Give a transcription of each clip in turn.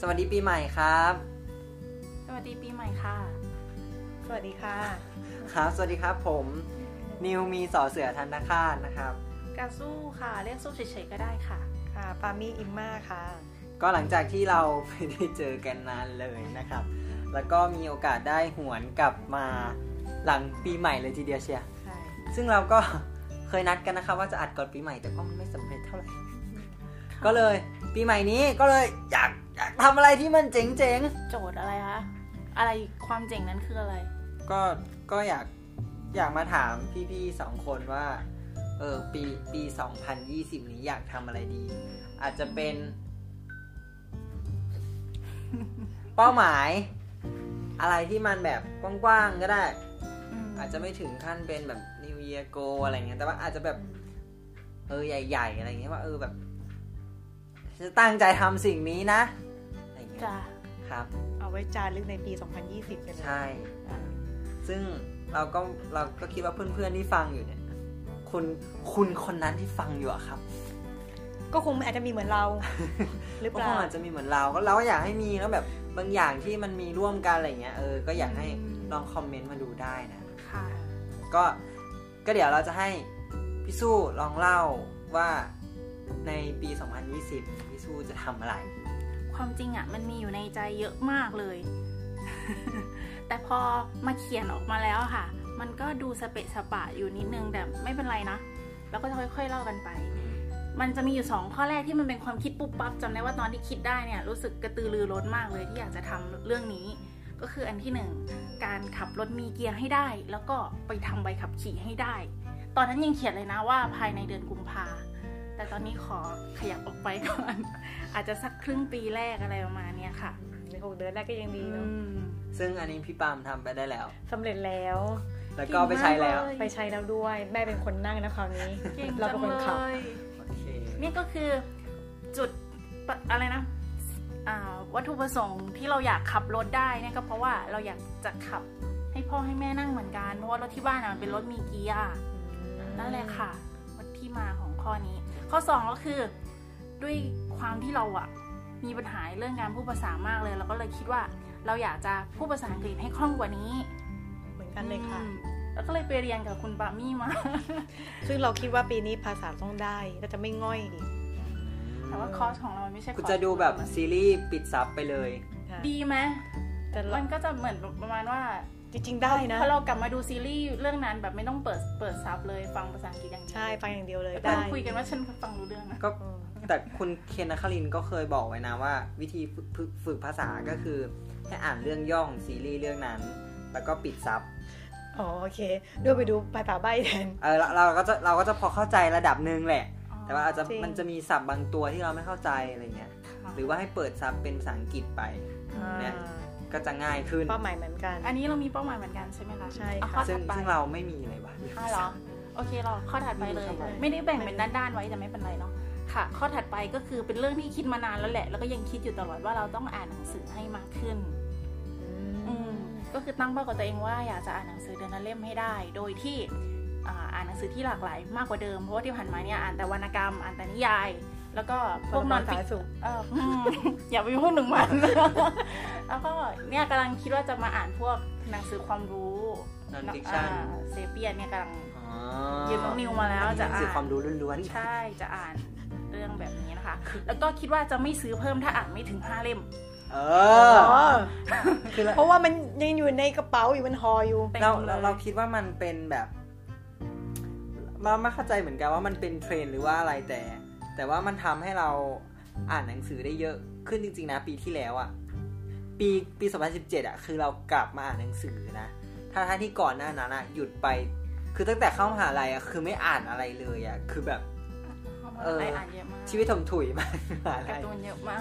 สวัสดีปีใหม่ครับ สวัสดีปีใหม่ค่ะ สวัสดีค่ะ ครับ สวัสดีครับผมนิวมีสอเสือทันตคาตนะครับ กาสู้ค่ะเรียกสู้เฉยๆก็ได้ค่ะ ค่ะ ปามี่อิมมาค่ะ ก็หลังจากที่เราไม่ได้เจอกันนานเลยนะครับ แล้วก็มีโอกาสได้หวนกลับมาหลังปีใหม่เลยทีเดียวเชียร์ ใช่ ซึ่งเราก็ เคยนัดกันนะครับ ว่าจะอัดก่อนปีใหม่แต่ก็ไม่สำเร็จเท่าไหร่ ก็เลยปีใหม่นี้ก็เลยอยากอยากทำอะไรที่มันเจ๋ง โจทย์อะไรคะ อะไรความเจ๋งนั้นคืออะไร ๆ ก็ก็อยากอยากมาถามพี่ๆสองคนว่าเออปีปี 2020 นี้อยากทำอะไรดี อาจจะเป็น เป้าหมาย อะไรที่มันแบบกว้างๆก็ได้ อืม อาจจะไม่ถึงขั้นเป็นแบบ New Year Go อะไรเงี้ยแต่ว่าอาจจะแบบ เออใหญ่ๆ อะไรเงี้ยว่าเออแบบจะตั้งใจทำสิ่งนี้นะอะไรเงี้ย จ้ะ ครับ เอาไว้จารึกในปี 2020 กันเลย ใช่ ซึ่งเราก็เราก็คิดว่าเพื่อนๆที่ฟังอยู่เนี่ย คุณคุณคนนั้นที่ฟังอยู่อะครับ ก็คงอาจจะมีเหมือนเรา หรือ ก็ เป ค ล่าง อาจจะมีเหมือนเราก็เราก็อยากให้มีแล้วแบบบางอย่างที่มันมีร่วมกันอะไรเงี้ยเออก็อยากให้ลองคอมเมนต์มาดูได้นะ ค่ะ ก็ก็เดี๋ยวเราจะให้พี่สู้ลองเล่าว่าในปี 2020 พี่สู้จะทำอะไร ความจริงอะ่ะมันมีอยู่ในใจเยอะมากเลย แต่พอมาเขียนออกมาแล้วอะค่ะ มันก็ดูสเปะสปะอยู่นิดนึงแต่ไม่เป็นไรนะเราก็จะค่อยๆเล่ากันไป มันจะมีอยู่สองข้อแรกที่มันเป็นความคิดปุ๊บปั๊บจำได้ว่าตอนที่คิดได้เนี่ยรู้สึกกระตือรือร้นมากเลยที่อยากจะทำเรื่องนี้ ก็คืออันที่หนึ่งการขับรถมีเกียร์ให้ได้ แล้วก็ไปทำใบขับขี่ให้ได้ ตอนนั้นยังเขียนเลยนะว่าภายในเดือนกุมภาแต่ตอนนี้ขอขยับออกไปก่อน อาจจะสักครึ่งปีแรกอะไรประมาณเนี้ยค่ะ ในหกเดือนแรกก็ยังดี อื เนาะ ม ซึ่งอันนี้พี่ปามทำไปได้แล้ว สำเร็จแล้ว แล้วก็ไปใช้แล้ว เก่งมากเลย ไปใช้แล้วด้วย แม่เป็นคนนั่งนะคราวนี้ เก่ง เรา จั เป็น งเลคนขับ ย โอเค นี่ก็คือจุดปะอะไรนะอ่าวัตถุประสงค์ที่เราอยากขับรถได้เนี่ยก็เพราะว่าเราอยากจะขับให้พ่อให้แม่นั่งเหมือนกันเพราะว่ารถที่บ้านอะมันเป็นรถมีเกียร์ นั่นแหละค่ะวัตที่มาของข้อนี้ ข้อ 2 ก็คือ ด้วยความที่เราอะมีปัญหาเรื่องการพูดภาษามากเลยเราก็เลยคิดว่าเราอยากจะพูดภาษาอังกฤษให้คล่องกว่านี้ เหมือนกันเลยค่ะ อืมแล้วก็เลยไปเรียนกับคุณปามี่มา ซึ่งเราคิดว่าปีนี้ภาษาต้องได้เราจะไม่ง่อยดิ แต่ว่าคอร์สของเรามันไม่ใช่ คุณ คอร์ส จะดูแบบซีรีส์ปิดซับไปเลย ค่ะ ดีไหม แต่เรา มันก็จะเหมือนประมาณว่า จริงๆได้นะ พอเรากลับมาดูซีรีส์เรื่องนั้นแบบไม่ต้องเปิดเปิดซับเลยฟังภาษาอังกฤษอย่างเดียว ใช่ฟังอย่างเดียวเลย แล้วก็ ได้ คุยกันว่าฉันฟังรู้เรื่องนะ ก็ อืม แต่คุณเคนนัคลินก็เคยบอกไว้นะว่า วิธีฝึกฝึกฝึกภาษาก็คือให้อ่านเรื่องย่องซีรีส์เรื่องนั้น แล้วก็ปิดซับ อ๋อโอเคด้วยไปดูภาษาใบแทน เออเราเราก็จะเราก็จะพอเข้าใจระดับหนึ่งแหละ อ๋อ แต่ว่าอาจจะ จริง มันจะมีศัพท์บางตัวที่เราไม่เข้าใจอะไรเงี้ย ค่ะ หรือว่าให้เปิดซับเป็นภาษาอังกฤษไป เนี่ย อ่า ก็จะง่ายขึ้น เป้าหมายเหมือนกัน อันนี้เรามีเป้าหมายเหมือนกันใช่ไหมคะ ใช่ เอา ค่ะ ข้อ ซึ่ ถั ง ดไป ซึ่งเราไม่มีเลยว่ะ อ้าวเหรอโอเคเราข้อถัดไปเลย ไม่รู้ทำไม ไม่ได้แบ่งเป็นด้านๆไว้แต่ไม่เป็นไรเนาะค่ะ ข้อถัดไปก็คือเป็นเรื่องที่คิดมานานแล้วแหละ แล้วก็ยังคิดอยู่ตลอดว่าเราต้องอ่านหนังสือให้มากขึ้น อืมก็คือตั้งเป้ากับตัวเองว่าอยากจะอ่านหนังสือเดือนละเล่มให้ได้ โดยที่อ่าอ่านหนังสือที่หลากหลายมากกว่าเดิมเพราะว่าที่ผ่านมาเนี่ยอ่านแต่วรรณกรรมอ่านแต่นิยาย แล้วก็พ พ ว ว กนกน อ อน น ฟิ สาก ยสุข เอออืมอย่าไปพูดหนึ่ง มัน แล้วก็เนี่ยกำลังคิดว่าจะมาอ่านพวกหนังสือความรู้ Non-fiction เซเปียนเนี่ยกำลัง อ๋อ ยืมน้องนิวมาแล้วจะ หนั อ่าง สือความ น รู้ล้วนๆ ใช่จะอ่านเรื่องแบบนี้นะคะ แล้วก็คิดว่าจะไม่ซื้อเพิ่มถ้าอ่านไม่ถึงห้าเล่ม เออ อ๋อ คือเรา เพราะว่ามันยังอยู่ในกระเป๋าอยู่มันห่ออยู่ เป็น เรา เลย เราเราคิดว่ามันเป็นแบบเราไม่เข้าใจเหมือนกันว่ามันเป็นเทรนด์หรือว่าอะไรแต่ แต่ว่ามันทำให้เราอ่านหนังสือได้เยอะขึ้นจริง ๆ นะ ปีที่แล้วอะปีปี 2017อะคือเรากลับมาอ่านหนังสือนะถ้าท่าที่ก่อนหน้านั้นอะหยุดไป คือตั้งแต่เข้ามหาลัยอะคือไม่อ่านอะไรเลยอะคือแบบ เพราะว่า เออ ไปอ่านเยอะมาก ชีวิตถมถุยมาก มหา การ์ ลัย ตูนเยอะมาก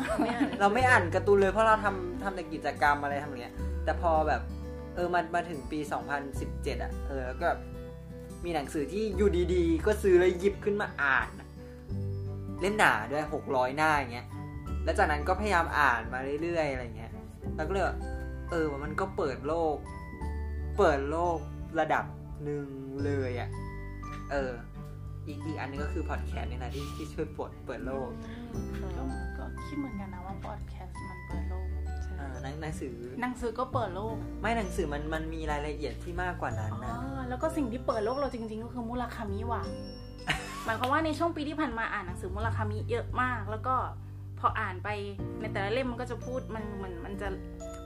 เราไม่อ่านการ์ตูนเลยเพราะเราทำทำแต่กิจกรรมอะไรทำอย่างเงี้ย แต่พอแบบเออมันมาถึงปี 2017 อ่ะ เออแล้วก็แบบมีหนังสือที่อยู่ดีๆ ก็ซื้อแล้วหยิบขึ้นมาอ่านอะเล่นหนาด้วย 600 หน้าอย่างเงี้ย แล้วจากนั้นก็พยายามอ่านมาเรื่อยๆอะไรเงี้ย แล้วก็เลยแบบเออมันก็เปิดโลก เปิดโลกระดับหนึ่งเลยอ่ะ เออ อีกอีกอันนึงก็คือพอดแคสต์นี่แหละที่ที่ช่วยปลดเปิดโลก ก็ก็ คิดเหมือนกันนะว่าพอดแคสต์มันเปิดโลก อ่าหนังหนังสือ หนังสือก็เปิดโลก ไม่หนังสือมันมันมีรายละเอียดที่มากกว่านั้น อ๋อ นะ แล้วก็สิ่งที่เปิดโลกเราจริง ๆ ก็คือมุราคามิว่ะหมายความว่าในช่วงปีที่ผ่านมาอ่านหนังสือมุราคามิเยอะมาก แล้วก็พออ่านไปในแต่ละเล่มมันก็จะพูดมันมันมันจะ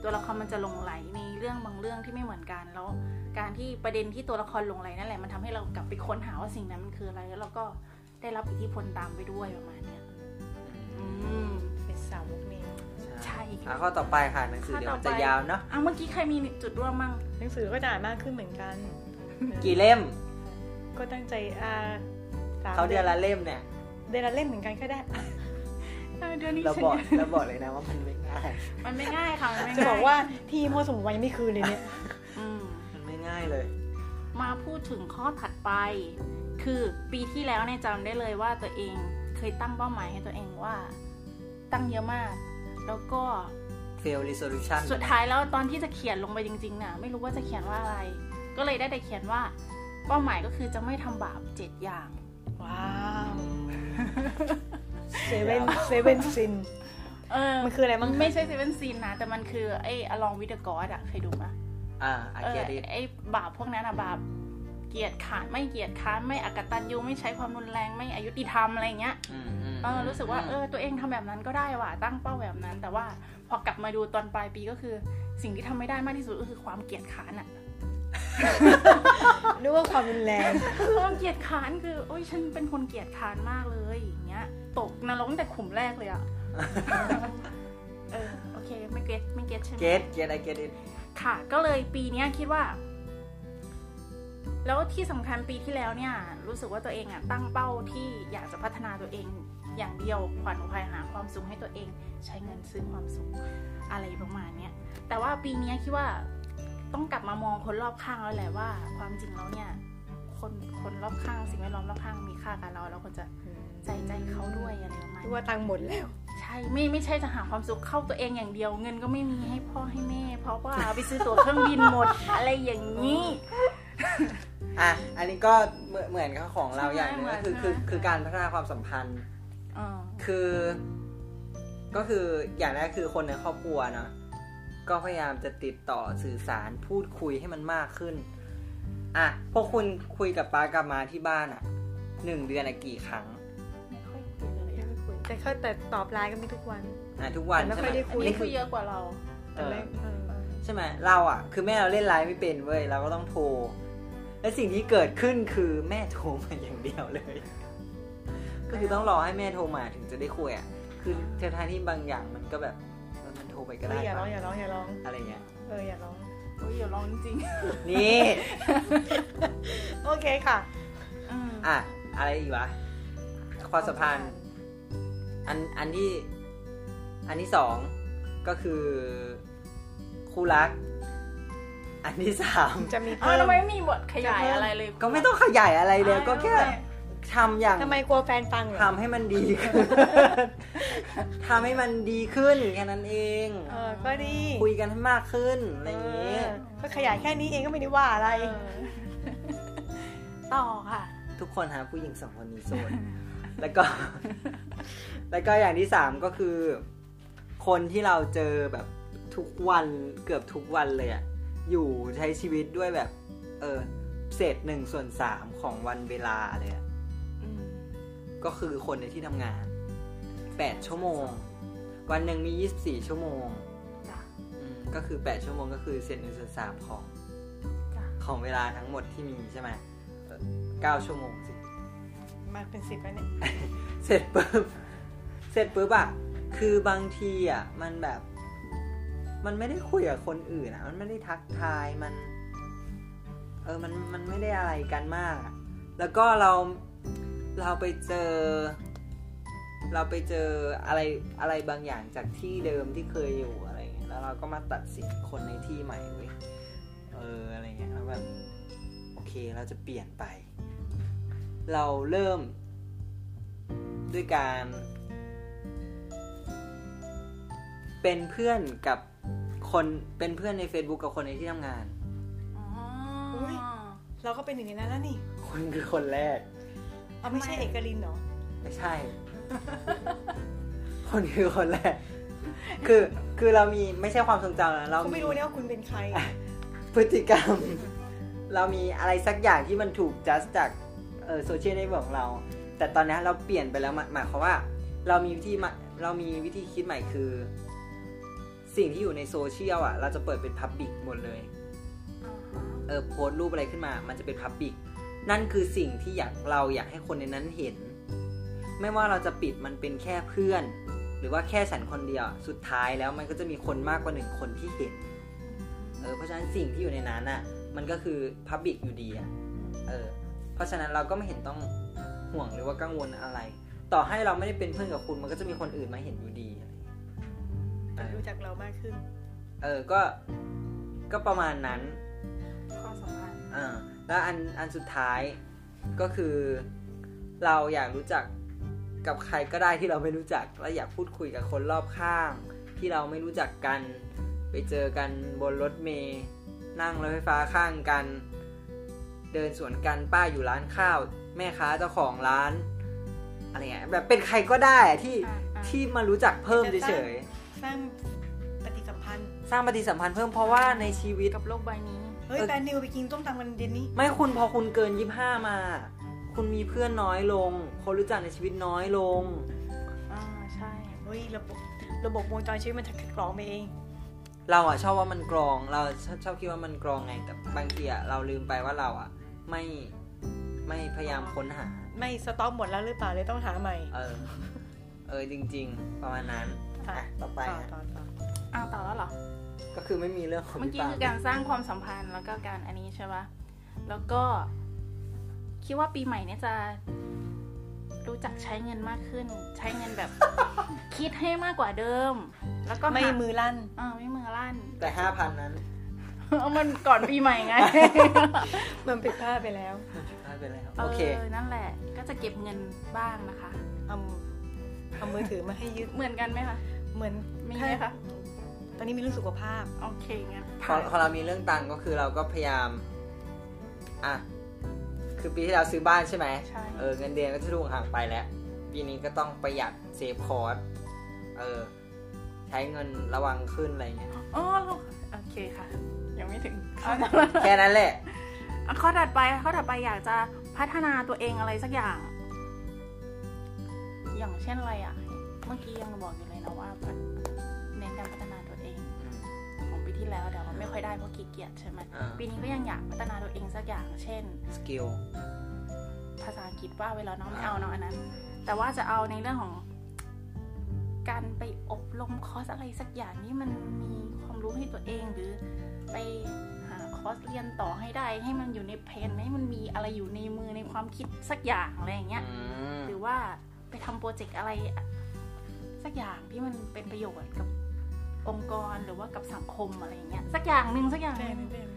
ตัวละครมันจะหลงไหลในเรื่องบางเรื่องที่ไม่เหมือนกันแล้ว การที่ประเด็นที่ตัวละครหลงไหลนั่นแหละมันทำให้เรากลับไปค้นหาว่าสิ่งนั้นมันคืออะไรแล้วเราก็ได้รับอิทธิพลตามไปด้วยประมาณเนี้ยอืม เป็นสาวกนี้ ใช่ค่ะ อ่ะข้อต่อไปค่ะหนังสือเดี๋ยวมันจะยาวเนาะ อ่ะเมื่อกี้ใครมีจุดร่วมมั่ง หนังสือก็จะอ่านมากขึ้นเหมือนกัน กี่เล่ม ก็ตั้งใจอ่าสม เขาเดือนละเล่มเนี่ย เดือนละเล่มเหมือนกันก็ได้ เออเดือนนี้ เรา ฉั บอก น เราบอกเลยนะว่ามันไม่ง่าย มันไม่ง่ายค่ะ มันไม่ จะ ง่าย บอกว่าที่โมสมไว้ไม่คืนเลยเนี่ย อืม มันไม่ง่ายเลย มาพูดถึงข้อถัดไป คือปีที่แล้วเนี่ยจำได้เลยว่าตัวเองเคยตั้งเป้าหมายให้ตัวเองว่า ตั้งเยอะมาก แล้วก็ fail resolution สุดท้ายแล้วตอนที่จะเขียนลงไปจริงๆน่ะ ไม่รู้ว่าจะเขียนว่าอะไร ก็เลยได้แต่เขียนว่า เป้าหมายก็คือจะไม่ทำบาปเจ็ดอย่าง ว้าวเซเว่นเซเว่นซิน เออ มันคืออะไรบ้างคะ ไม่ใช่เซเว่นซีนนะ แต่มันคือไอ้อลองวิดกอดอะเคยดูไหม อ่าอา เอ เกี อย ดิ ไอ้บาปพวกนั้นอะบาปเกลียดขานไม่เกลียดค้านไม่อกตันยูไม่ใช้ความรุนแรงไม่อายุติธรรมอะไรเงี้ยเออรู้สึกว่าเออตัวเองทำแบบนั้นก็ได้ว่ะตั้งเป้าแบบนั้น แต่ว่าพอกลับมาดูตอนปลายปีก็คือ สิ่งที่ทำไม่ได้มากที่สุดก็คือความเกลียดค้านอะ นึกว่าความรุนแรง ความเกลียดค้านคือโอ้ยฉันเป็นคนเกลียดค้านมากเลยอย่างเงี้ย ตกนรกตั้งแต่ขุมแรกเลยอะ เออโอเคไม่เก็ตไม่เก็ตใช่ไหม เกตเกียดไอเกียดิ ค่ะก็เลยปีเนี้ยคิดว่า แล้วที่สำคัญปีที่แล้วเนี่ย รู้สึกว่าตัวเองอ่ะตั้งเป้าที่อยากจะพัฒนาตัวเองอย่างเดียวขวัญอุภัยหาความสุขให้ตัวเอง ใช้เงินซื้อความสุขอะไรประมาณเนี้ยแต่ว่าปีเนี้ยคิดว่าต้องกลับมามองคนรอบข้างแล้วแหละว่า ความจริงแล้วเนี่ย คนคนรอบข้างสิ่งแวดล้อมรอบข้างมีค่ากับเราเราก็จะใส่ใจเขาด้วยอะไรประมาณ นึก เนี้ย ว่าตังค์หมดแล้ว ใช่ไม่ไม่ใช่จะหาความสุขเข้าตัวเองอย่างเดียวเงินก็ไม่มีให้พ่อให้แม่ เพราะว่าไปซื้อตั๋วเครื่องบินหมด อะไรอย่างนี้ อ่ะอันนี้ก็เหมือนเหมือนกับของเรา ใช่ อย่างหนึง เหมื ก็ อน คือ ใช่ คือ ไหม คือการพัฒนาความสัมพันธ์ เออ คือ ก็คืออย่างแรกคือคนในครอบครัวเนาะก็พยายามจะติดต่อสื่อสารพูดคุยให้มันมากขึ้น อ่ะพวกคุณคุยกับป้ากลับมาที่บ้านอ่ะหนึ่งเดือนอะกี่ครั้ง ไม่ค่อยคุยเลยอะ แต่เขาแต่ตอบไลน์กันไม่ทุกวัน อ่ะทุกวัน แต่ไม่ ใช่ไห ค่ ม ออัยได้นนี้คุยเยอะกว่าเรา เอ แต่ อ ไม่เออ ใช่ไหมเราอ่ะ คือแม่เราเล่นไลน์ไม่เป็นเว้ยเราก็ต้องโทร และสิ่งที่เกิดขึ้นคือแม่โทรมาอย่างเดียวเลย ก็คือต้องรอให้แม่โทรมาถึงจะได้คุยอ่ะคือเททางที่บางอย่างมันก็แบบเออมันโทรไปก็ เอ ได้ ออย่าร้อง ปะ อย่าร้องอย่าร้อง อะไรเงี้ย เอออย่าร้อง โอ้ยอย่าร้องจริง นี่ โอเคค่ะ ๆอืม อ่ะอะไรอีกวะความสัมพันธ์อันอันที่ อันที่สองก็คือคู่รัก อันที่สาม จะมี อ้า เพิ่ ว ม ทำไมไม่มีบทขยายอะไรเลย ก็ไม่ต้องขยายอะไรเลย ก็แค่ทำอย่าง ทำไมกลัวแฟนฟังเหรอ ทำให้มันดีขึ้น ทำให้มันดีขึ้นแค่นั้นเอง เออก็ดี คุยกันให้มากขึ้นอะไรอย่าง เอ นี้ อก็ขยายแค่นี้เองก็ไม่ได้ว่าอะไร เออต่อค่ะ ทุกคนหาผู้หญิงสองคนนี้โส ด แล้วก็ แล้วก็อย่างที่สามก็คือ คนที่เราเจอแบบทุกวันเกือบทุกวันเลยอะอยู่ใช้ชีวิตด้วยแบบ เออเศษหนึ่งส่วนสามของวันเวลาเลยอะ อืม ก็คือคนในที่ทำงานแปดชั่วโมง วันหนึ่งมียี่สิบสี่ชั่วโมง จ้ะ อืมก็คือ 8 ชั่วโมงก็คือเศษหนึ่งส่วนสามของ จ้ะ ของเวลาทั้งหมดที่มีใช่ไหมเอ่อเก้าชั่วโมงสิ มากเป็นสิบแล้วเนี่ย เสร็จปุ๊บ เสร็จปุ๊บอะคือบางทีอะมันแบบ มันไม่ได้คุยกับคนอื่นอะมันไม่ได้ทักทาย มัน เออ มัน มันไม่ได้อะไรกันมากอะแล้วก็เรา เราไปเจอ เราไปเจออะไร อะไรบางอย่างจากที่เดิมที่เคยอยู่อะไรเงี้ย แล้วเราก็มาตัดสินคนในที่ใหม่เว้ย เออ อะไรเงี้ย แล้วแบบ โอเค เราจะเปลี่ยนไป เราเริ่ม ด้วยการ เป็นเพื่อนกับคนเป็นเพื่อนใน Facebook กับคนในที่ทำงาน อ๋ออ เราก็เป็นหนึ่งในนั้นแล้วนี่ คุณคือคนแรก เอาไม่ใช่ ทำไม เอกลินเหรอ ไม่ใช่ เ คนคือคนแรก คือคือเรามีไม่ใช่ความทรงจำนะเรา ก็ไม่ มี รู้เนี่ยว่าคุณเป็นใคร พฤติกรรม เรามีอะไรสักอย่างที่มันถูกจัดจากเออโซเชียลในของเรา แต่ตอนนี้เราเปลี่ยนไปแล้วหมายหมายความว่า เรามีวิธีมาเรามีวิธีคิดใหม่คือ สิ่งที่อยู่ในโซเชียลอ่ะ เราจะเปิดเป็นพับบิกหมดเลย อ่าฮะ เออโพสต์รูปอะไรขึ้นมา มันจะเป็นพับบิกนั่นคือสิ่งที่อยากเราอยากให้คนในนั้นเห็น ไม่ว่าเราจะปิดมันเป็นแค่เพื่อน หรือว่าแค่ฉันคนเดียวสุดท้ายแล้วมันก็จะมีคนมากกว่าหนึ่งคนที่เห็น เออเพราะฉะนั้นสิ่งที่อยู่ในนั้นน่ะ มันก็คือพับบิกอยู่ดีอ่ะเออ เพราะฉะนั้นเราก็ไม่เห็นต้องห่วงหรือว่ากังวลอะไร ต่อให้เราไม่ได้เป็นเพื่อนกับคุณ มันก็จะมีคนอื่นมาเห็นอยู่ดีอะไรอย่างเงี้ยเออ รู้จักเรามากขึ้น เออก็ก็ประมาณนั้น ความสัมพันธ์ อ่าแล้วอันอันสุดท้ายก็คือ เราอยากรู้จักกับใครก็ได้ที่เราไม่รู้จัก และอยากพูดคุยกับคนรอบข้าง ที่เราไม่รู้จักกัน ไปเจอกันบนรถเมย์นั่งรถไฟฟ้าข้างกัน เดินสวนกันป้าอยู่ร้านข้าว แม่ค้าเจ้าของร้านอะไรเงี้ยแบบเป็นใครก็ได้อะที่ อ่าอ่า ที่มารู้จักเพิ่ม จะส เฉ ร้าง ย สร้างปฏิสัมพันธ์ ๆสร้างปฏิสัมพันธ์เพิ่มเพราะว่าในชีวิต กับโลกใบนี้ เฮ้ย เออ แฟนนิวไปกินต้มตำวันเย็นนี้ ไม่คุณพอคุณเกินยี่ห้ามา คุณมีเพื่อนน้อยลง คนรู้จักในชีวิตน้อยลง อ่าใช่ เฮ้ยระบบระบบวงจรชีวิตมันจะขัดกรองไปเอง เราอะชอบว่ามันกรอง เราชอบชอบคิดว่ามันกรองไง แต่บางทีอะเราลืมไปว่าเราอะไม่ไม่พยายามค้นหา ไม่สต็อกหมดแล้วหรือเปล่าเลยต้องหาใหม่ เออ เออจริง ๆ ประมาณนั้นอ่ะต่อไป ต่อ ฮะ ต่อต่อ อ้าวต่อแล้วเหรอ ก็คือไม่มีเรื่องของ เมื่อ พี่ กี้ ปา คือการสร้างความสัมพันธ์แล้วก็การอันนี้ใช่ปะแล้วก็คิดว่าปีใหม่เนี่ยจะรู้จักใช้เงินมากขึ้น ใช้เงินแบบ คิดให้มากกว่าเดิม แล้วก็หา ไม่มือลั่น อ่าไม่มือลั่น แต่ห้าพันนั้น เอามันก่อนปีใหม่ไง มันผิดพลาดไปแล้ว ไม่เป็นไรครับโอเค นั่นแหละ ก็จะเก็บเงินบ้างนะคะ เอาเอามือถือมาให้ยึด เหมือนกันไหมคะ เหมือน มีไหมคะ ตอนนี้มีเรื่องสุขภาพ โอเคงั้น พอพอเรามีเรื่องตังค์ก็คือเราก็พยายาม อ่ะ คือปีที่เราซื้อบ้านใช่ไหม ใช่ เออเงินเดือนก็จะถูกหักไปแล้ว ปีนี้ก็ต้องประหยัดเซฟคอร์สเออ ใช้เงินระวังขึ้นอะไรเงี้ย อ๋อลูกโอเคค่ะ ยังไม่ถึง แค่นั้นแหละ อ่ะข้อถัดไปข้อถัดไปอยากจะพัฒนาตัวเองอะไรสักอย่าง อย่างเช่นอะไรอ่ะ เมื่อกี้ยังบอกอยู่เลยนะว่าเน้นการพัฒนาตัวเองของปีที่แล้วแต่ว่าไม่ค่อยได้เพราะขี้เกียจใช่ไหม อ่า ปีนี้ก็ยังอยากพัฒนาตัวเองสักอย่าง เช่น สกิล ภาษาอังกฤษว่าไว้แล้วเน้องไม่เอาเนาะอันนั้น แต่ว่าจะเอาในเรื่องของ การไปอบรมคอร์สอะไรสักอย่างนี่มันมีความรู้ให้ตัวเองหรือไปหาคอร์สเรียนต่อให้ได้ ให้มันอยู่ในเพนให้มันมีอะไรอยู่ในมือในความคิดสักอย่างอะไรอย่างเงี้ย อืม หรือว่าไปทำโปรเจกต์อะไร สักอย่างที่มันเป็นประโยชน์กับองค์กรหรือว่ากับสังคมอะไรอย่างเงี้ยสักอย่างหนึ่งสักอย่างห ได้ นึ่ง ไม่เป็น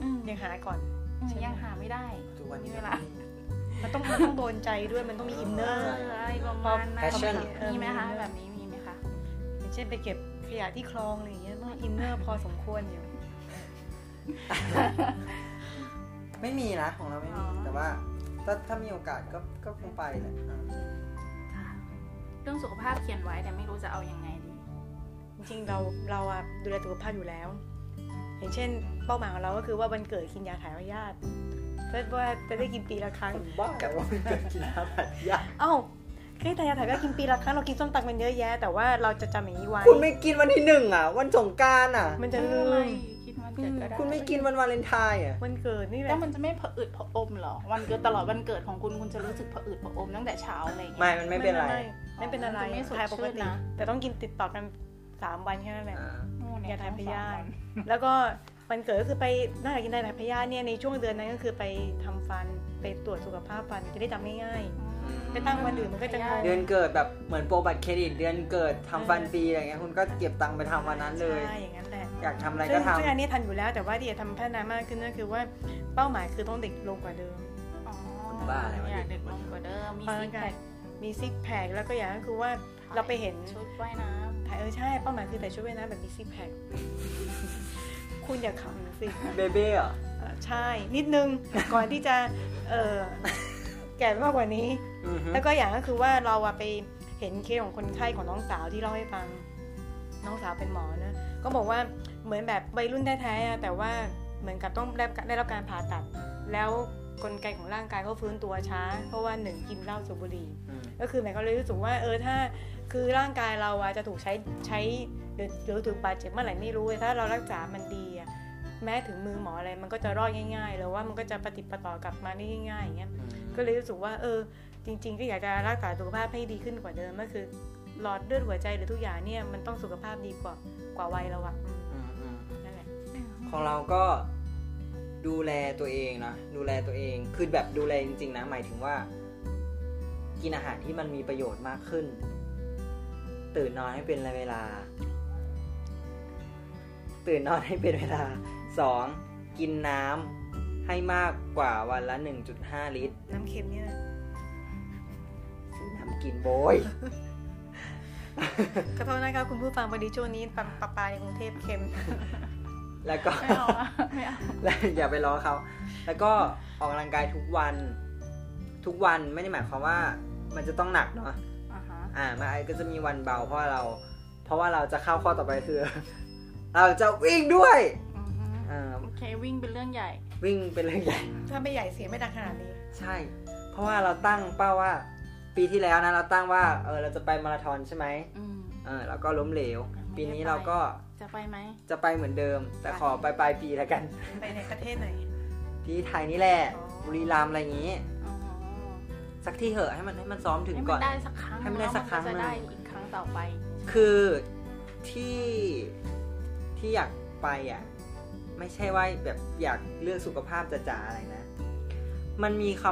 อืม ยังหาก่อน อืมยังหาไม่ได้ ทุกวันนี้ มีเวลา มันต้องมันต้องโดนใจด้วยมันต้องมีอินเน เอ อ อ ร์ อะไรประมาณนั้น Passion มีไหมคะแบบนี้มีไหมคะ อย่างเช่นไปเก็บขยะที่คลองอะไรอย่างเงี้ยต้องอินเนอร์พอสมควรอยู่ ไม่มีนะของเราไม่ อ๋ มี อ แต่ว่า ถ้าถ้ามีโอกาสก็ก็คงไปแหละอ่ะ ค่ะเรื่องสุขภาพเขียนไว้แต่ไม่รู้จะเอาอยัางไงดี จริงๆเราเราอะดูแลสุขภาพอยู่แล้ว อย่างเช่น เป้าหมายของเราก็คือว่าวันเกิดกินยาถ่ายพยาธิเพื่อว่าจะได้กินปีละครั้ง คนบ้ากับว่ามันเกิดกินอาหารยาก เอ้าเคยแต่ยาถ่ายพยาธิกินปีละครั้งเรากินส้มตำกันเยอะแยะ แต่ว่าเราจะจำอย่างนี้ไว้ คุณไม่กินวันที่หนึ่งอ่ะ วันสงกรารอ่ะ มันจะ เอ ลื ออะไร ม คิดมันเกิดก็ได้ คุณไม่กินวันวาเลนไทน์อ่ะ วันเกิดนี่แห แล้ ละ วมันจะไม่ผะอืดผะอมเหรอ วันเกิดตลอดวันเกิดของคุณคุณจะรู้สึกผะอืดผะอมตั้งแต่เช้าอะไรอย่าง ไม่ เงี้ย มันไม่เป็นไร ไม่ไม่เป็นอะไร มันจะไม่สด ถ่ายปก ชื่ ติ นนะ แต่ต้องกินติดต่อกันสามวันแค่นั้นแหละ อ่า นู่นเนี่ าถ่ายพยาสองวัธิน แล้วก็วันเกิดก็คือไปน่าจะกินได้ถ่ายพยาธิเนี่ยในช่วงเดือนนั้นก็คือไปทำฟันไปตรวจสุขภาพฟันจะได้จำง่าย อืม ๆไปตั้งวันอื่นมันก็จะงง เดือนเกิดแบบเหมือนโปรบัตรเครดิตเดือนเกิดทำฟันฟรีอะไรเงี้ย คุณก็เก็บตังค์ไปทำวันนั้นเลย ใช่อย่างนั้นแหละ อยากทำอะไร ซึ่ ก็ ง ทำ ซึ่งอันนี้ทันอยู่แล้วแต่ว่าที่จะทำพัฒนามากขึ้นก็คือว่าเป้าหมายคือต้องเด็กลงกว่าเดิม อ๋อ คุณบ้าอะไรวะ อยากเด็กลงกว่าเดิม มี เออ ซิกแพค มีซิกแพคแล้วก็อย่างก็คือว่าเราไปเห็น ชุดว่ายน้ ถ่ายเออใช่เป้าหมายคือแต่ชุดว่ายน้ำแบบมีซิกแพค คุณอย่าขำสิ เบเบ้เหรอ เอ่อใช่ นิดนึง ก่อนที่จะเออแก่มากกว่านี้ อือฮึ แล้วก็อย่างก็คือว่าเราอะไป เห็นเคสของคนไข้ของน้องสาวที่เล่าให้ฟัง น้องสาวเป็นหมอนะ ก็บอกว่าเหมือนแบบวัยรุ่นแท้ๆอะแต่ว่าเหมือนกับต้องได้ได้รับการผ่าตัด แล้วกลไกของร่างกายเขาฟื้นตัวช้า เพราะว่าหนึ่งกินเหล้าสูบบุหรี่ อืม ก็คือหมายความเลยรู้สึกว่าเออถ้าคือร่างกายเราอะจะถูกใช้ใช้หรือหรือถูกบาดเจ็บเมื่อไหร่ไม่รู้เลยถ้าเรารักษามันดีอะแม้ถึงมือหมออะไรมันก็จะรอดง่ายๆหรือว่ามันก็จะปฏิดปะต่อกลับมาได้ง่ายๆอย่างเงี้ย อืม ก็เลยรู้สึกว่าเออ จริง ๆ ก็อยากจะรักษาสุขภาพให้ดีขึ้นกว่าเดิมก็คือหลอดเลือดหัวใจหรือทุกอย่างเนี่ยมันต้องสุขภาพดีกว่ากว่าวัยเราอะอืม อืมอืม นั่นแหละ ของเราก็ดูแลตัวเองนะดูแลตัวเอง คือแบบดูแลจริงๆนะ หมายถึงว่า กินอาหารที่มันมีประโยชน์มากขึ้น ตื่นนอนให้เป็นเวลา ตื่นนอนให้เป็นเวลาสองกินน้ำให้มากกว่าวันละ 1.5 ลิตร น้ำเค็มเนี่ยนะ ซื้อน้ำกินโบย ขอโทษนะคะคุณผู้ฟังพอดีช่วงนี้ปลาปลาปลาในกรุงเทพเค็ม แล้วก็ ไม่เอาอะ ไม่เอา แล้ว อย่าไปล้อเขา แล้วก็ออกกำลังกายทุกวัน ทุกวันไม่ได้หมายความว่ามันจะต้องหนักเนาะ อ่าฮะ อ่ามันก็จะมีวันเบาเพราะว่าเรา เพราะว่าเราจะเข้าข้อต่อไปคือ เราจะวิ่งด้วย อือฮึ อ่า โอเควิ่งเป็นเรื่องใหญ่ วิ่งเป็นเรื่องใหญ่ ถ้าไม่ใหญ่เสียไม่ดังขนาดนี้ ใช่ เพราะว่าเราตั้งเป้าว่า ปีที่แล้วนะเราตั้งว่าเออเราจะไปมาราธอนใช่ไหม อืม เออแล้วก็ล้มเหลว ปีนี้เราก็ จะไปไหม จะไปเหมือนเดิม แต่ขอไปปลายปีแล้วกัน ไปในประเทศไหน ที่ไทยนี่แหละ อ๋อ บุรีรัมย์อะไรอย่างนี้ อ๋อ สักที่เหอะให้มันให้มันซ้อมถึง ให้มั ก่อน น ได้สักครั้ง ให้มันได้สักครั้ง แล้วมันจะได้ หนึ่ง อีกครั้งต่อไป คือที่ที่อยากไปอ่ะ ไม่ใช่ว่าแบบอยากเรื่องสุขภาพจะจ๋าอะไรนะ มันมีค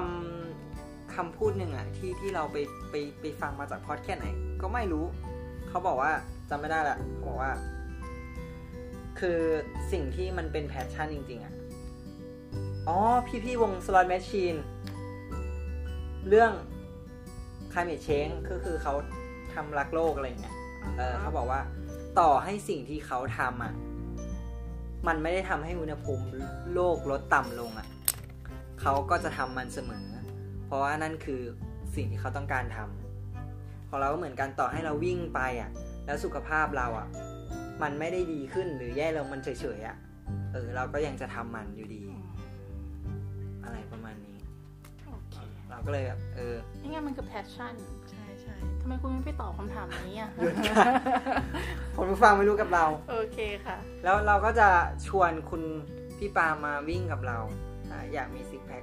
ำคำพูดหนึ่งอ่ะ ที่ที่เราไปไปไปฟังมาจากพอดแคสต์ไหน ก็ไม่รู้ เขาบอกว่าจำไม่ได้ละเขาบอกว่า คือสิ่งที่มันเป็นแพชชั่นจริง ๆ อ่ะ อ๋อ พี่พี่ๆวงสล o t แมชชีนเรื่อง climate change ก็คือเขาทำรักโลกอะไรอย่างเงี้ย เออเขาบอกว่าต่อให้สิ่งที่เขาทำอ่ะ มันไม่ได้ทำให้อุณหภูมิโลกลดต่ำลงอ่ะ เขาก็จะทำมันเสมอ เพราะว่านั่นคือสิ่งที่เขาต้องการทำของเราก็เหมือนกันต่อให้เราวิ่งไปอ่ะ แล้วสุขภาพเราอ่ะ มันไม่ได้ดีขึ้นหรือแย่ลงมันเฉยๆอ่ะเออเราก็ยังจะทำมันอยู่ดี อะไรประมาณนี้ โอเค เราก็เลยแบบเออ นี่ไงมันคือแพชชั่น ใช่ใช่ ทำไมคุณไม่ไปตอบคำถามนี้อ่ะ หยุดค่ะ คนผู้ฟังไม่รู้กับเรา โอเคค่ะ แล้วเราก็จะชวนคุณพี่ปามาวิ่งกับเราอ่าอยากมีซิกแพค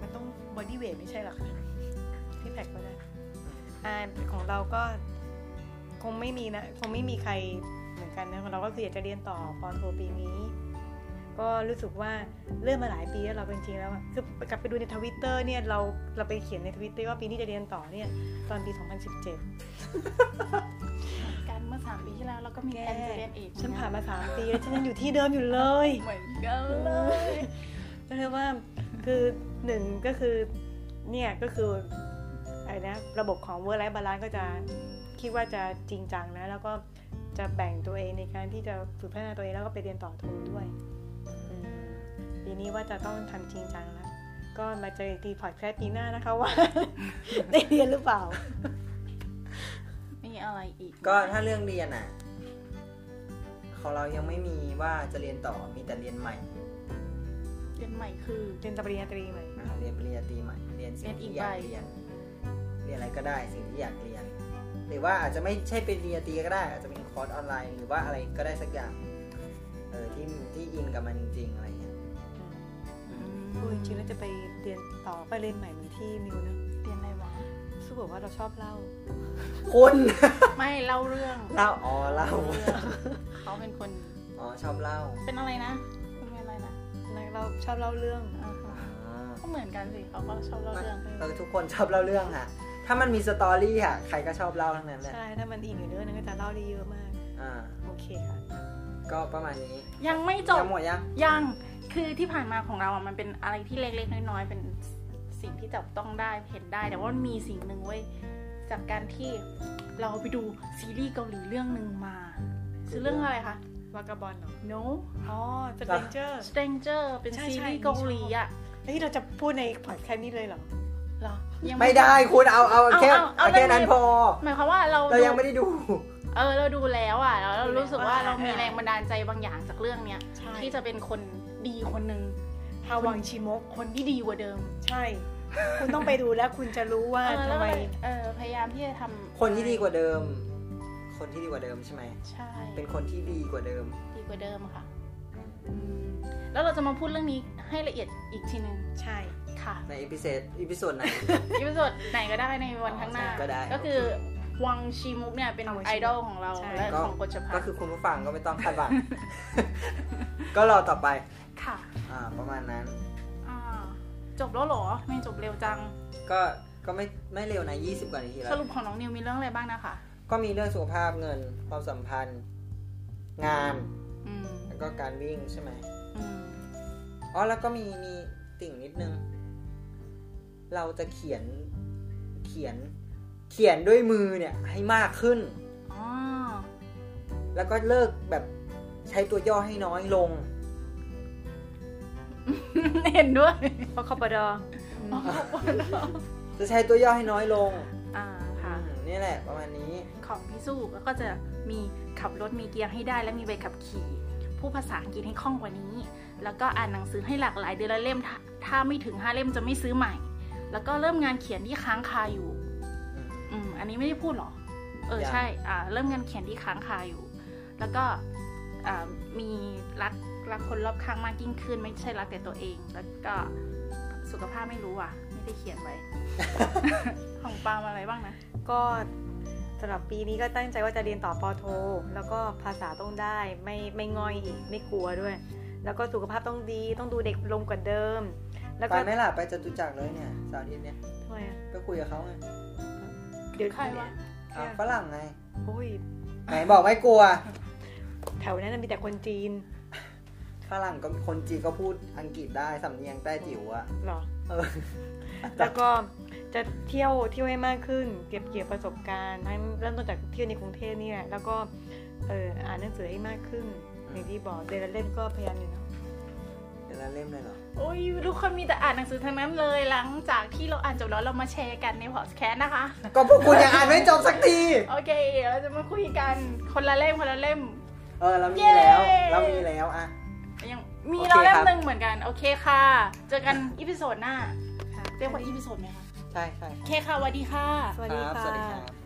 มันต้องบอดี้เวทไม่ใช่เหรอคะที่แพ็กก็ได้อ่าของเราก็คงไม่มีนะ คงไม่มีใครเหมือนกันนะของเราก็คืออยากจะเรียนต่อปอโทปีนี้ ก็รู้สึกว่าเริ่มมาหลายปีแล้วเราเป็นจริงๆแล้วอะคือกลับไปดูในทวิตเตอร์เนี่ยเราเราไปเขียนในทวิตเตอร์ว่าปีนี้จะเรียนต่อเนี่ยตอนปี 2017 การเมื่อสามปีที่แล้วเราก็มีแผนจะเรียนเอก ฉันผ่านมาสามปีแล้วฉันยังอยู่ที่เดิมอยู่เลย เหมือนกันเลย ก็คือว่าคือหนึ่งก็คือเนี่ยก็คืออะไรนะระบบของ work life balance ก็จะคิดว่าจะจริงจังนะ แล้วก็จะแบ่งตัวเองในการที่จะฝึกพัฒนาตัวเองแล้วก็ไปเรียนต่อโทด้วยอืมปีนี้ว่าจะต้องทำจริงจังแล้ว ก็มาเจออีกทีพอดแคสต์ปีหน้านะคะว่า ได้เรียนหรือเปล่า มีอะไรอีก ก็ถ้าเรื่องเรียนอ่ะ ของเรายังไม่มีว่าจะเรียนต่อมีแต่เรียนใหม่ เรียนใหม่คือ เรียนตปริญญาตรีใหม่ อ่าเรียนปริญญาตรีใหม่เรียนสิ่งที่อยาก เรี เรีย ย น น เรียนอะไรก็ได้สิ่งที่อยากเรียน หรือว่าอาจจะไม่ใช่เป็นปริญญาตรีก็ได้ อาจจะเป็นคอร์สออนไลน์หรือว่าอะไรก็ได้สักอย่างเออที่ที่อินกับมันจริงๆอะไรเงี้ย อืม อืม พูดจริงๆแล้วจะไปเรียนต่อไปเรียนใหม่เหมือนที่มิวนะ เรียนอะไรวะ สู้บอกว่าเราชอบเล่า คุณ ไม่เล่าเรื่อง เล่าอ๋อเล่า รื่องเขาเป็นคน อ๋อชอบเล่า เป็นอะไรนะเป็นอะไรนะ นักเราชอบเล่าเรื่อง อ่าฮะ อ๋อ ก็เหมือนกันสิเขาก็ชอบเล่าเรื่อง เออทุกคนชอบเล่าเรื่องค่ะ ถ้ามันมีสตอรี่ค่ะ ใครก็ชอบเล่าทั้งนั้นแหละ ใช่ ถ้ามันอินอยู่เรื่องนั้นก็จะเล่าได้เยอะมาก อ่า โอเคค่ะ ก็ประมาณนี้ ยังไม่จบ ยังหมดยัง ยัง คือที่ผ่านมาของเราอ่ะมันเป็นอะไรที่เล็กๆ น้อยๆ เป็นสิ่งที่จับต้องได้เห็นได้ แต่ว่ามันมีสิ่งหนึ่งเว้ย จากการที่เราไปดูซีรีส์เกาหลีเรื่องหนึ่งมา คือเรื่องอะไรคะ วากาบอลเหรอ No อ๋อ Stranger Stranger เป็น ใช่ ซี ใช่ รี นี่ ส์ ชอ เกา บ หลีอ่ะ เฮ้ยเราจะพูดในพอดแคสต์นี้เลยเหรอ เหรอยัง ไม่ได้คุณเอาเอาเอาแค่ เอา เอาแค่ เอา นั้นพอ หมายความว่าเรา เรายังไม่ได้ดู เออเราดูแล้วอ่ะแล้วเรารู้สึกว่าเรามี อ่า แรงบันดาลใจบางอย่างจากเรื่องเนี้ย ใช่ ที่จะเป็นคนดีคนหนึ่ง ฮาวังชิมก คนที่ดีกว่าเดิม ใช่ คุณต้องไปดูแล้วคุณจะรู้ว่า เออแล้ ทำ ว ไม ก็เลยเออพยายามที่จะทำ คนที่ดีกว่าเดิม คนที่ดีกว่าเดิมใช่ไหม ใช่ เป็นคนที่ดีกว่าเดิม ดีกว่าเดิมค่ะอืมแล้วเราจะมาพูดเรื่องนี้ให้ละเอียดอีกทีหนึ่ง ใช่ ค่ะ ในอีพิเซดอีพิโซดไหน อีพิโซดไหนก็ได้ในวันข้างหน้า ก็ได้ คือวังชีมุกเนี่ยเป็น เอาไว้ ไอดอลของเรา ใช่ และ ก็ ของกฎชพั ก็ ฒน์ คือคุณผู้ฟังก็ไม่ต้องคาดหวัง ก็รอต่อไป ค่ะ อ่า ประมาณนั้น อ่าจบแล้วเหรอไม่จบเร็วจัง ก็ก็ไม่ไม่เร็วนะ 20 กว่านาทีแล้ ส ว รุปของน้องนิวมีเรื่องอะไรบ้างนะคะ ก็มีเรื่องสุขภาพเงิน ความสัมพันธ์ งาน อืม แล้วก็การวิ่งใช่ไหม อืม อ๋อ แล้วก็มีมีติ่งนิดนึง เราจะเขียนเขียนเขียนด้วยมือเนี่ย ให้มากขึ้น อ๋อ แล้วก็เลิกแบบใช้ตัวย่อให้น้อยลง เห็นด้วย เพราะเขาปดอ อ๋อขอบคุณค่ะ จะใช้ตัวย่อให้น้อยลง อ่าค่ะ อืมนี่แหละประมาณนี้ ของพี่สู้ก็จะมีขับรถมีเกียร์ให้ได้และมีใบขับขี่พูดภาษาอังกฤษให้คล่องกว่านี้ แล้วก็อ่านหนังสือให้หลากหลายเดือนละเล่มถ้าถ้าไม่ถึงห้าเล่มจะไม่ซื้อใหม่ แล้วก็เริ่มงานเขียนที่ค้างคาอยู่ อืมอันนี้ไม่ได้พูดเหรอ เออ ยัง ใช่ อ่า เริ่มงานเขียนที่ค้างคาอยู่ แล้วก็อ่ามีรักรักคนรอบข้างมากยิ่งขึ้น ไม่ใช่รักแต่ตัวเอง แล้วก็สุขภาพไม่รู้อ่ะ ไม่ได้เขียนไว้ ของปาล์มอะไรบ้างนะ ก็สำหรับปีนี้ก็ตั้งใจว่าจะเรียนต่อปอโท แล้วก็ภาษาต้องได้ไม่ไม่ง่อยอีกไม่กลัวด้วย แล้วก็สุขภาพต้องดีต้องดูเด็กลงกว่าเดิม แล้ว ไป ก็ ไหม่ล่ะไปจตุจักรเลยเนี่ยเสาร์อาทิตย์เนี่ย ทำไมอะ ไปคุยกับเขาไง เดี๋ยว ใครวะ อ่ะฝรั่งไง โอ้ย ไหนบอกไม่กลัว แถวนั้นนะมีแต่คนจีน ฝรั่งก็คนจีนก็พูดอังกฤษได้สำเนียงใต้จิ๋วอะ เหรอ เออ แล้วก็จะเที่ยวเที่ยวให้มากขึ้น เก็บเกี่ยวประสบการณ์ทั้งเริ่มต้นจากเที่ยวในกรุงเทพนี่แหละแล้วก็เอออ่านหนังสือให้มากขึ้นอย่างที่บอกเดอนละเล่มก็พยายามอยู่นะ เดี๋ยวเราเล่มเลยเหรอ โอ้ยทุกคนมีแต่อ่านหนังสือทั้งนั้นเลย หลังจากที่เราอ่านจบแล้วเรามาแชร์กันในพอดแคสต์นะคะ ก็พวกคุณยังอ่านไม่จบสักที โอเคเดี๋ยวเราจะมาคุยกันคนละเล่มคนละเล่ม เออ เรามี เย้ แล้ว เรามีแล้วอะ ยังมี โอเค เราเล่ม ครับ หนึ่งเหมือนกัน โอเคค่ะ เจอกันอีพิโซดหน้า เรียกว่าอีพิโซดไหมคะ ใช่ใช่ โอเคค่ะสวัสดีค่ะ สวัสดี ครับ ค่ะ สวัสดีครับ